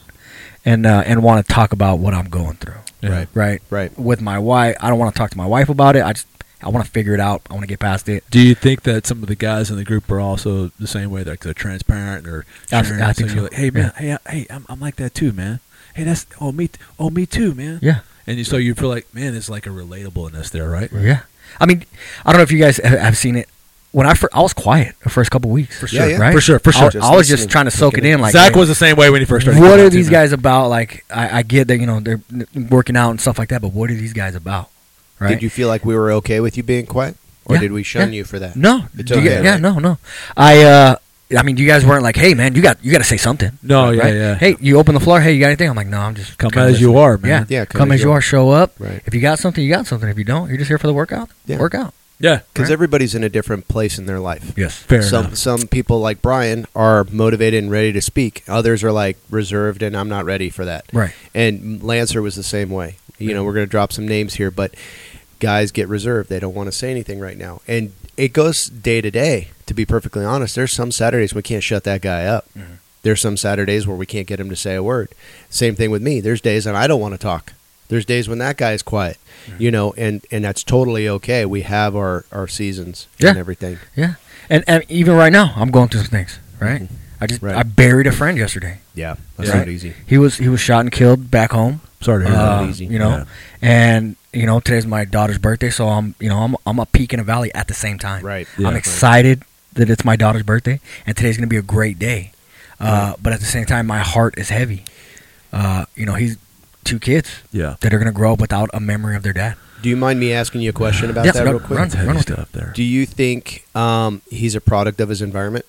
Speaker 4: and uh, and want to talk about what I'm going through.
Speaker 2: Yeah.
Speaker 3: Right.
Speaker 4: Right.
Speaker 3: Right.
Speaker 4: With my wife, I don't want to talk to my wife about it. I just I want to figure it out. I want to get past it.
Speaker 2: Do you think that some of the guys in the group are also the same way? Like they're transparent or
Speaker 4: Abs-
Speaker 2: sharing,
Speaker 4: I think
Speaker 2: you're
Speaker 4: so.
Speaker 2: like, hey man, hey, I, hey, I'm, I'm like that too, man. Hey, that's oh me, t- oh me too, man.
Speaker 4: Yeah.
Speaker 2: And you, so you feel like, man, it's like a relatableness there, right?
Speaker 4: Yeah. I mean, I don't know if you guys ha- have seen it. When I first, I was quiet the first couple weeks. For
Speaker 3: sure. Yeah, yeah.
Speaker 4: Right?
Speaker 2: For sure, for
Speaker 4: I was-
Speaker 2: sure.
Speaker 4: I, was
Speaker 3: Just
Speaker 4: just trying to soak it
Speaker 3: taking it
Speaker 4: in. Like,
Speaker 2: Zach
Speaker 4: hey,
Speaker 2: was the same way when he first started.
Speaker 4: what
Speaker 2: coming
Speaker 4: are
Speaker 2: out, too,
Speaker 4: these
Speaker 2: man.
Speaker 4: guys about? Like, I, I get that, you know, they're n- working out and stuff like that, but what are these guys about? Right?
Speaker 3: Did you feel like we were okay with you being quiet, or
Speaker 4: Yeah,
Speaker 3: did we shun
Speaker 4: yeah.
Speaker 3: you for that?
Speaker 4: no.
Speaker 3: It's
Speaker 4: Do you-
Speaker 3: okay,
Speaker 4: yeah,
Speaker 3: right?
Speaker 4: no, no. I, uh, I mean, you guys weren't like, hey, man, you got you got to say something.
Speaker 2: No, Oh, yeah,
Speaker 4: right?
Speaker 2: yeah.
Speaker 4: Hey, you open the floor. Hey, you got anything? I'm like, no, I'm just
Speaker 2: Come
Speaker 4: kinda
Speaker 2: as you
Speaker 4: listening."
Speaker 2: are, man.
Speaker 4: Yeah,
Speaker 3: Yeah,
Speaker 4: Come, as you are. Show up.
Speaker 3: Right.
Speaker 4: If you got something, you got something. If you don't, you're just here for the workout.
Speaker 3: Yeah.
Speaker 4: Work out.
Speaker 2: yeah,
Speaker 3: Because
Speaker 4: Right.
Speaker 3: everybody's in a different place in their life.
Speaker 4: Yes.
Speaker 2: fair
Speaker 3: some
Speaker 2: enough.
Speaker 3: some people like Brian are motivated and ready to speak. Others are like reserved and I'm not ready for that.
Speaker 4: Right.
Speaker 3: And Lancer was the same way. You know, we're going to drop some names here, but guys get reserved. They don't want to say anything right now. And it goes day to day. To be perfectly honest, there's some Saturdays we can't shut that guy up. There's some Saturdays where we can't get him to say a word. Same thing with me. There's days and I don't want to talk. There's days when that guy is quiet, you know, and and that's totally okay. We have our our seasons
Speaker 4: Yeah.
Speaker 3: and everything.
Speaker 4: Yeah, and, and even right now, I'm going through some things. Right, I just
Speaker 3: Right.
Speaker 4: I buried a friend yesterday.
Speaker 3: Yeah, that's
Speaker 2: Yeah.
Speaker 3: not easy.
Speaker 4: He was he was shot and killed back home.
Speaker 2: Sorry to hear
Speaker 4: Uh,
Speaker 2: that.
Speaker 3: easy.
Speaker 4: You know,
Speaker 2: Yeah.
Speaker 4: and you know today's my daughter's birthday, so I'm you know I'm I'm a peak and a valley at the same time.
Speaker 3: Right.
Speaker 2: Yeah.
Speaker 4: I'm excited that it's my daughter's birthday, and today's gonna be a great day. Uh, But at the same time, my heart is heavy. Uh, you know, he's two kids
Speaker 2: Yeah.
Speaker 4: that are gonna grow up without a memory of their dad.
Speaker 3: Do you mind me asking you a question about
Speaker 4: Yeah,
Speaker 3: that
Speaker 4: no,
Speaker 3: real quick?
Speaker 4: run.
Speaker 2: That's heavy
Speaker 4: with it.
Speaker 2: stuff there.
Speaker 3: Do you think um, he's a product of his environment,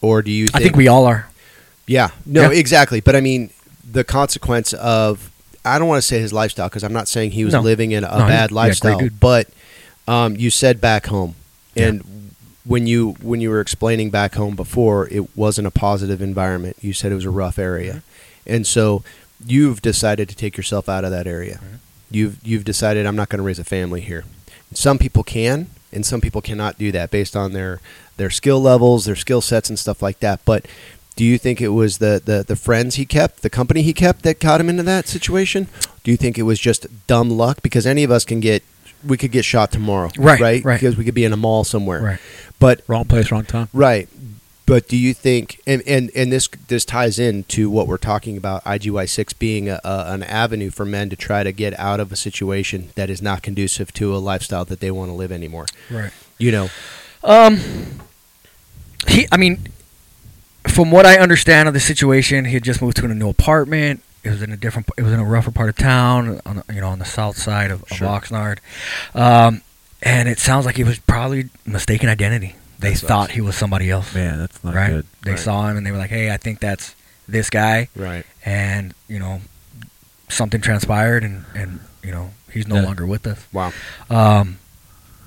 Speaker 3: or do you? Think,
Speaker 4: I think we all are.
Speaker 3: Yeah. No,
Speaker 4: Yeah.
Speaker 3: exactly. But I mean, the consequence of I don't want to say his lifestyle because I'm not saying he was
Speaker 4: No.
Speaker 3: living in
Speaker 4: No,
Speaker 3: a
Speaker 4: he's- yeah,
Speaker 3: bad
Speaker 4: great
Speaker 3: lifestyle,
Speaker 4: dude.
Speaker 3: but um, you said back home, and when you when you were explaining back home before, it wasn't a positive environment. You said it was a rough area,
Speaker 4: Mm-hmm.
Speaker 3: and so you've decided to take yourself out of that area. You've you've decided I'm not going to raise a family here. Some people can, and some people cannot do that based on their their skill levels, their skill sets, and stuff like that. But do you think it was the, the, the friends he kept, the company he kept that got him into that situation? Do you think it was just dumb luck? Because any of us can get, we could get shot tomorrow,
Speaker 4: Right,
Speaker 3: Right,
Speaker 4: right.
Speaker 3: Because we could be in a mall somewhere,
Speaker 4: Right.
Speaker 3: But
Speaker 2: Wrong place, wrong time.
Speaker 3: Right. But do you think, and, and, and this this ties in to what we're talking about, IGY six being a, a, an avenue for men to try to get out of a situation that is not conducive to a lifestyle that they want to live anymore.
Speaker 4: Right.
Speaker 3: You know,
Speaker 4: Um, he, I mean, from what I understand of the situation, he had just moved to a new apartment. It was in a different, it was in a rougher part of town, on the, you know, on the south side of,
Speaker 3: Sure.
Speaker 4: of Oxnard. Um, and it sounds like he was probably mistaken identity. They
Speaker 2: That sucks.
Speaker 4: thought he was somebody else,
Speaker 2: Man, that's not
Speaker 4: right?
Speaker 2: good.
Speaker 4: They
Speaker 3: Right.
Speaker 4: saw him and they were like, "Hey, I think that's this guy,"
Speaker 3: right?
Speaker 4: and you know, something transpired, and and you know, he's no
Speaker 2: Yeah.
Speaker 4: longer with us.
Speaker 3: Wow.
Speaker 4: Um,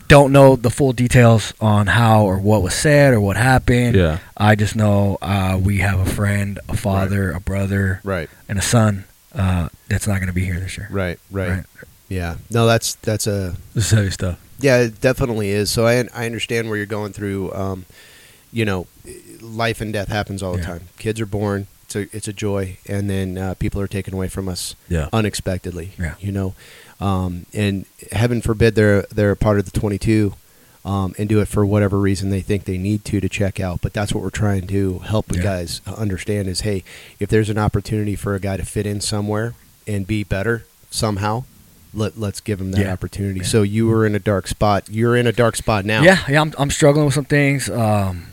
Speaker 4: don't know the full details on how or what was said or what happened.
Speaker 2: Yeah.
Speaker 4: I just know uh, we have a friend, a father, a brother,
Speaker 3: Right.
Speaker 4: and a son uh, that's not going to be here this year.
Speaker 3: Right. Right. Yeah. No, that's that's a
Speaker 2: This is heavy stuff.
Speaker 3: yeah, it definitely is. So I I understand where you're going through. Um, you know, life and death happens all the
Speaker 4: Yeah.
Speaker 3: time. Kids are born. It's a it's a joy, and then uh, people are taken away from us.
Speaker 2: Yeah.
Speaker 3: unexpectedly.
Speaker 4: Yeah.
Speaker 3: You know, um, and heaven forbid they're they're a part of the 22, um, and do it for whatever reason they think they need to to check out. But that's what we're trying to help you
Speaker 4: Yeah.
Speaker 3: guys understand is hey, if there's an opportunity for a guy to fit in somewhere and be better somehow. Let, let's give him that
Speaker 4: Yeah.
Speaker 3: opportunity.
Speaker 4: Yeah.
Speaker 3: So you were in a dark spot. You're in a dark spot now.
Speaker 4: Yeah, yeah. I'm, I'm struggling with some things. Um,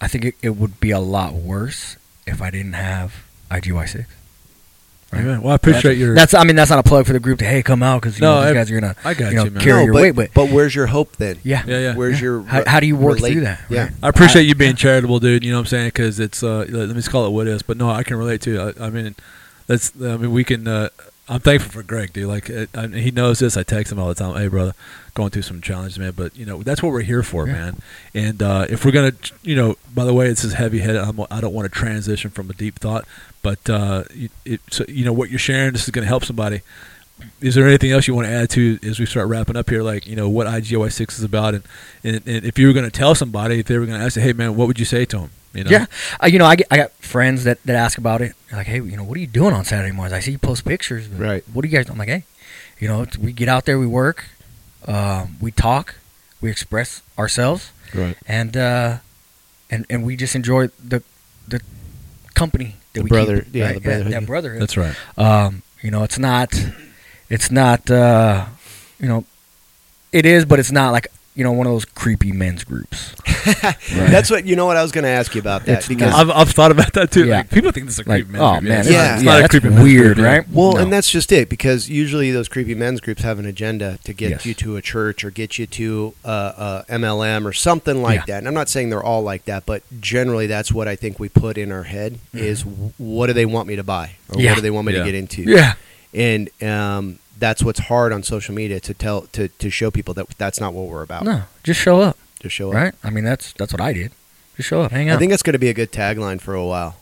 Speaker 4: I think it, it would be a lot worse if I didn't have IGY six. Right.
Speaker 2: Amen. Well, I appreciate
Speaker 4: that's,
Speaker 2: your.
Speaker 4: That's I mean that's not a plug for the group to hey come out because you
Speaker 2: No,
Speaker 4: know, these
Speaker 2: I-
Speaker 4: guys are gonna
Speaker 2: I got
Speaker 4: you know
Speaker 2: you, man.
Speaker 4: carry
Speaker 3: No,
Speaker 4: your
Speaker 3: but,
Speaker 4: weight but
Speaker 3: but where's your hope then?
Speaker 4: yeah
Speaker 2: Yeah, yeah.
Speaker 3: Where's your
Speaker 4: How- how do you work
Speaker 3: relate-
Speaker 4: through that,
Speaker 3: Yeah.
Speaker 4: right?
Speaker 2: I appreciate you being charitable, dude. You know what I'm saying? Because it's uh, let me just call it what it is. But no, I can relate to. it. I, I mean, that's. I mean, we can. Uh, I'm thankful for Greg, dude. Like uh, I, he knows this. I text him all the time. Hey, brother, going through some challenges, man. But you know that's what we're here for,
Speaker 4: Yeah.
Speaker 2: man. And uh, if we're gonna, you know, by the way, it's this heavy head. I'm, I don't want to transition from a deep thought, but uh, you- it, so, you know what you're sharing. This is gonna help somebody is there anything else you want to add to as we start wrapping up here? Like, you know, what IGOI six is about, and, and, and if you were going to tell somebody, if they were going to ask, you, hey man, what would you say to them? You know,
Speaker 4: Yeah, uh, you know, I, get, I got friends that, that ask about it. They're like, hey, you know, what are you doing on Saturday mornings? I see you post pictures. but
Speaker 3: Right.
Speaker 4: What do you guys? I'm like, hey, you know, it's- we get out there, we work, um, we talk, we express ourselves,
Speaker 3: Right.
Speaker 4: and uh, and and we just enjoy the the company that
Speaker 3: The
Speaker 4: we
Speaker 3: brother-
Speaker 4: keep,
Speaker 3: yeah,
Speaker 4: right?
Speaker 3: the brotherhood.
Speaker 4: that brotherhood.
Speaker 2: that's right.
Speaker 4: Um, you know, it's not, it's not, uh, you know, it is, but it's not like you know one of those creepy men's groups.
Speaker 3: That's what you know. What I was going to ask you about that
Speaker 4: It's
Speaker 3: because
Speaker 4: not-
Speaker 2: I've, I've thought about that too.
Speaker 4: Yeah.
Speaker 2: Like, people think this is a
Speaker 4: Like,
Speaker 2: creepy man.
Speaker 4: oh
Speaker 2: group.
Speaker 4: man,
Speaker 2: it's
Speaker 4: that's-
Speaker 2: not-
Speaker 3: yeah,
Speaker 2: it's not a
Speaker 4: that's
Speaker 2: creepy man
Speaker 4: weird,
Speaker 2: group, yeah.
Speaker 4: right?
Speaker 3: Well,
Speaker 4: No.
Speaker 3: and that's just it because usually those creepy men's groups have an agenda to get
Speaker 4: Yes.
Speaker 3: you to a church or get you to uh, uh, MLM or something like
Speaker 4: Yeah.
Speaker 3: that. And I'm not saying they're all like that, but generally that's what I think we put in our head is w- what do they want me to buy or
Speaker 4: Mm-hmm. Yeah.
Speaker 3: what do they want me
Speaker 2: Yeah.
Speaker 3: to get into?
Speaker 4: yeah.
Speaker 3: And um, that's what's hard on social media to tell to, to show people that that's not what we're about.
Speaker 4: No, just show up.
Speaker 3: To show up.
Speaker 4: Right? I mean, that's that's what I did. Just show up, hang out.
Speaker 3: I think that's going to be a good tagline for a while.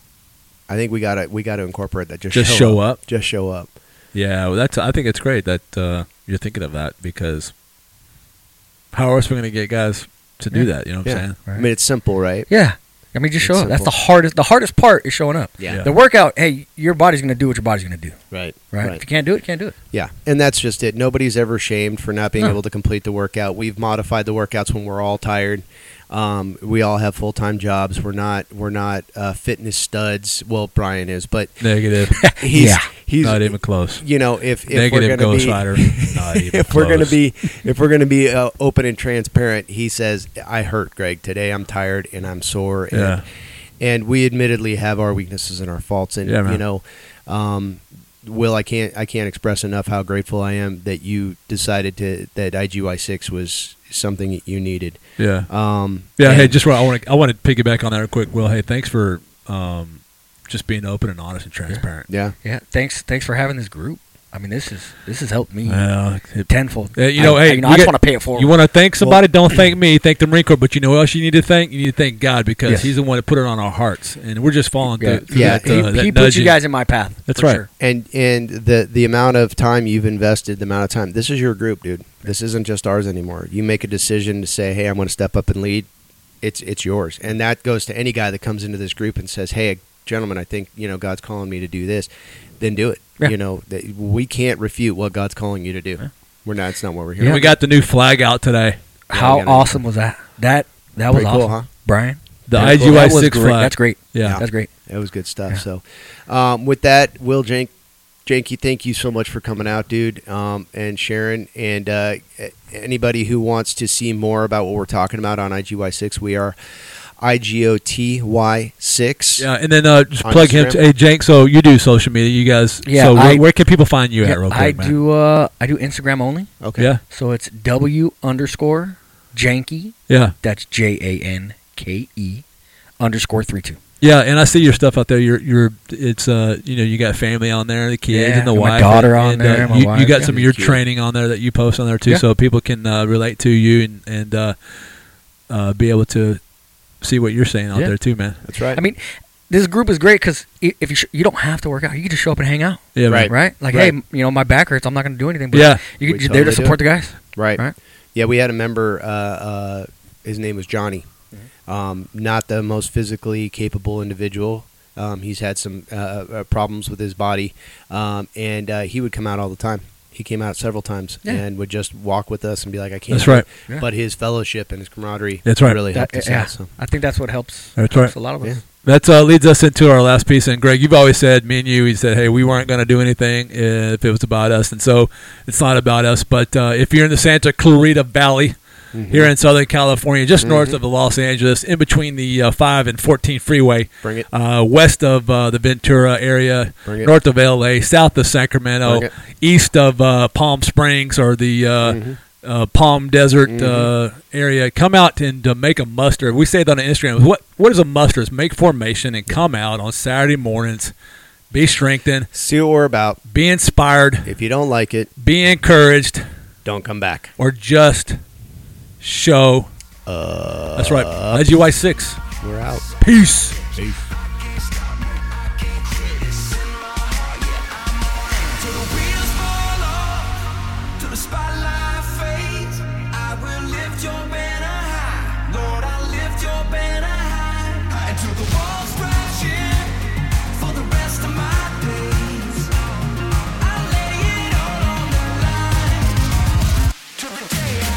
Speaker 3: I think we got to we got to incorporate that. Just,
Speaker 2: Just show up.
Speaker 3: Just show up.
Speaker 2: Yeah, well, that's. I think it's great that uh, you're thinking of that because how else are we going to get guys to do
Speaker 4: Yeah.
Speaker 2: that? You know what
Speaker 3: Yeah.
Speaker 2: I'm saying?
Speaker 4: Right.
Speaker 3: I mean, it's simple, right?
Speaker 4: yeah, I mean, just show
Speaker 3: It's
Speaker 4: up. That's the
Speaker 3: simple.
Speaker 4: hardest. The hardest part is showing up.
Speaker 3: Yeah.
Speaker 4: The workout. Hey, your body's gonna do what your body's gonna do.
Speaker 3: Right.
Speaker 4: Right. If you can't do it, you can't do it.
Speaker 3: Yeah, and that's just it. Nobody's ever shamed for not being
Speaker 4: No.
Speaker 3: able to complete the workout. We've modified the workouts when we're all tired. Um, we all have full time jobs. We're not we're not uh, fitness studs. Well, Brian is, but
Speaker 2: Negative.
Speaker 3: he's
Speaker 4: Yeah.
Speaker 3: he's
Speaker 2: Not even close.
Speaker 3: You know, if, if we're
Speaker 2: Negative
Speaker 3: gonna
Speaker 2: Ghost
Speaker 3: be,
Speaker 2: Rider. Not even
Speaker 3: if we're gonna
Speaker 2: close.
Speaker 3: be if we're gonna be uh, open and transparent, he says, "I hurt, Greg. Today I'm tired and I'm sore." And,
Speaker 2: Yeah.
Speaker 3: and we admittedly have our weaknesses and our faults, and
Speaker 2: Yeah, man.
Speaker 3: you know, um, Will, I can't I can't express enough how grateful I am that you decided to that IGY six was something that you needed.
Speaker 2: Yeah.
Speaker 3: Um,
Speaker 2: Yeah, hey,
Speaker 3: and-
Speaker 2: just want I want to I want to piggyback on that real quick. Will, hey, thanks for um, just being open and honest and transparent.
Speaker 3: yeah,
Speaker 4: Yeah. Thanks. Thanks for having this group. I mean, this is this has helped me
Speaker 2: Yeah, it-
Speaker 4: tenfold.
Speaker 2: Yeah, Uh, you know,
Speaker 4: I,
Speaker 2: hey,
Speaker 4: I, you know,
Speaker 2: we
Speaker 4: I just
Speaker 2: get-
Speaker 4: want to pay it forward.
Speaker 2: you want to thank somebody? don't thank me. Thank the Marine Corps. But you know who else you need to thank? You need to thank God because
Speaker 4: Yes.
Speaker 2: He's the one that put it on our hearts, and we're just following
Speaker 4: Yeah.
Speaker 2: through. through
Speaker 3: Yeah,
Speaker 2: that, uh,
Speaker 4: he,
Speaker 2: that
Speaker 4: he put you
Speaker 2: nudging.
Speaker 4: guys in my path.
Speaker 2: That's
Speaker 4: for
Speaker 2: right.
Speaker 4: sure.
Speaker 3: and and the the amount of time you've invested the amount of time this is your group dude this isn't just ours anymore you make a decision to say hey i'm going to step up and lead it's it's yours and that goes to any guy that comes into this group and says hey gentlemen i think you know god's calling me to do this then do it
Speaker 4: Yeah.
Speaker 3: you know that we can't refute what god's calling you to do we're not it's not what we're here
Speaker 2: And
Speaker 3: for.
Speaker 2: We got the new flag out today.
Speaker 4: How
Speaker 3: gotta-
Speaker 4: awesome was that? That that was
Speaker 3: Pretty
Speaker 4: awesome,
Speaker 3: cool, huh?
Speaker 4: Brian.
Speaker 2: The
Speaker 4: That-
Speaker 2: IGY
Speaker 4: that was
Speaker 2: six
Speaker 4: great.
Speaker 2: flag.
Speaker 4: That's great.
Speaker 2: Yeah.
Speaker 4: That's great.
Speaker 3: That was good stuff. So, um, with that, Will Jank, Janky, thank you so much for coming out, dude, um, and Sharon, and uh, a- anybody who wants to see more about what we're talking about on IGY6, we are IGOTY6.
Speaker 2: Yeah, and then uh, just
Speaker 3: On
Speaker 2: plug him.
Speaker 3: Instagram.
Speaker 2: To, hey, Jank. So you do social media. You guys.
Speaker 4: Yeah,
Speaker 2: So where,
Speaker 4: I-
Speaker 2: where can people find you
Speaker 4: Yeah,
Speaker 2: at? Real quick,
Speaker 4: I
Speaker 2: man?
Speaker 4: do. Uh, I do Instagram only.
Speaker 3: Okay.
Speaker 2: Yeah.
Speaker 4: So it's W underscore janky.
Speaker 2: Yeah.
Speaker 4: That's J A N K E underscore three two.
Speaker 2: Yeah, and I see your stuff out there. You're, you're, it's, uh, you know, you got family on there, the kids
Speaker 4: Yeah,
Speaker 2: and the
Speaker 4: got my
Speaker 2: wife,
Speaker 4: daughter
Speaker 2: and,
Speaker 4: on
Speaker 2: and,
Speaker 4: there,
Speaker 2: Uh,
Speaker 4: my
Speaker 2: you, you
Speaker 4: wife,
Speaker 2: got
Speaker 4: yeah.
Speaker 2: some of your
Speaker 3: Cute.
Speaker 2: training on there that you post on there too,
Speaker 4: Yeah.
Speaker 2: so people can uh, relate to you and and uh, uh, be able to see what you're saying out
Speaker 4: Yeah.
Speaker 2: there too, man.
Speaker 3: That's right.
Speaker 4: I mean, this group is great because if you sh- you don't have to work out, you can just show up and hang out,
Speaker 2: Yeah, man.
Speaker 3: Right.
Speaker 4: right? Like,
Speaker 3: Right.
Speaker 4: hey, m- you know, my back hurts. I'm not going to do anything. But
Speaker 2: Yeah.
Speaker 3: We
Speaker 4: you can, you're there to
Speaker 3: totally do
Speaker 4: support
Speaker 3: it.
Speaker 4: the guys.
Speaker 3: right.
Speaker 4: Right.
Speaker 3: Yeah, we had a member, uh, uh, his name was Johnny.
Speaker 2: Mm-hmm.
Speaker 3: Um, not the most physically capable individual. Um, he's had some uh, uh, problems with his body, um, and uh, he would come out all the time. He came out several times
Speaker 4: Yeah.
Speaker 3: and would just walk with us and be like, "I can't."
Speaker 2: That's
Speaker 3: do it."
Speaker 2: right.
Speaker 4: Yeah.
Speaker 3: But his fellowship and his camaraderie
Speaker 2: That's right.
Speaker 3: really helped
Speaker 4: That-
Speaker 3: us
Speaker 4: yeah.
Speaker 3: out. So.
Speaker 4: I think that's what helps.
Speaker 2: That's
Speaker 4: helps
Speaker 2: right.
Speaker 4: A lot of us.
Speaker 3: Yeah.
Speaker 2: That uh, leads us into our last piece. And Greg, you've always said, me and you, he said, hey, we weren't going to do anything if it was about us. And so it's not about us. But uh, if you're in the Santa Clarita Valley here in Southern California, just north of Los Angeles, in between the uh, 5 and 14 freeway,
Speaker 3: Bring it.
Speaker 2: Uh, west of uh, the Ventura area,
Speaker 3: Bring it.
Speaker 2: north of LA, south of Sacramento,
Speaker 3: Bring it.
Speaker 2: east of uh, Palm Springs or the. Uh,
Speaker 3: Mm-hmm.
Speaker 2: Uh, Palm Desert uh, area. Come out and uh, make a muster. We say it on Instagram. What what is a muster? It's make formation and come out on Saturday mornings. Be strengthened.
Speaker 3: See what we're about.
Speaker 2: Be inspired.
Speaker 3: If you don't like it,
Speaker 2: Be encouraged,
Speaker 3: don't come back.
Speaker 2: or just show. Uh, That's right. IGY six.
Speaker 3: We're out.
Speaker 2: Peace.
Speaker 1: Till the wheels fall off, till the spotlight fades, I will lift your banner high. Lord, I lift your banner high. And till the walls crash in for the rest of my days, I lay it all on the line. To the day I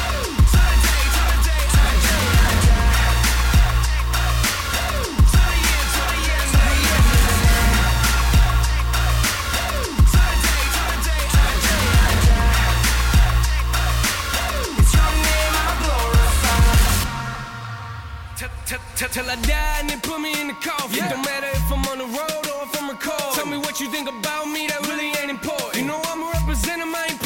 Speaker 1: Woo! To the day, to the day, to the day I die. Woo! To the year, to the year, to the year.
Speaker 5: Till- till- Till till I die and they put me in the coffin. Don't matter if I'm on the road or if I'm recording. Tell me what you think about me, that really ain't important. You know I'm a representative, I ain't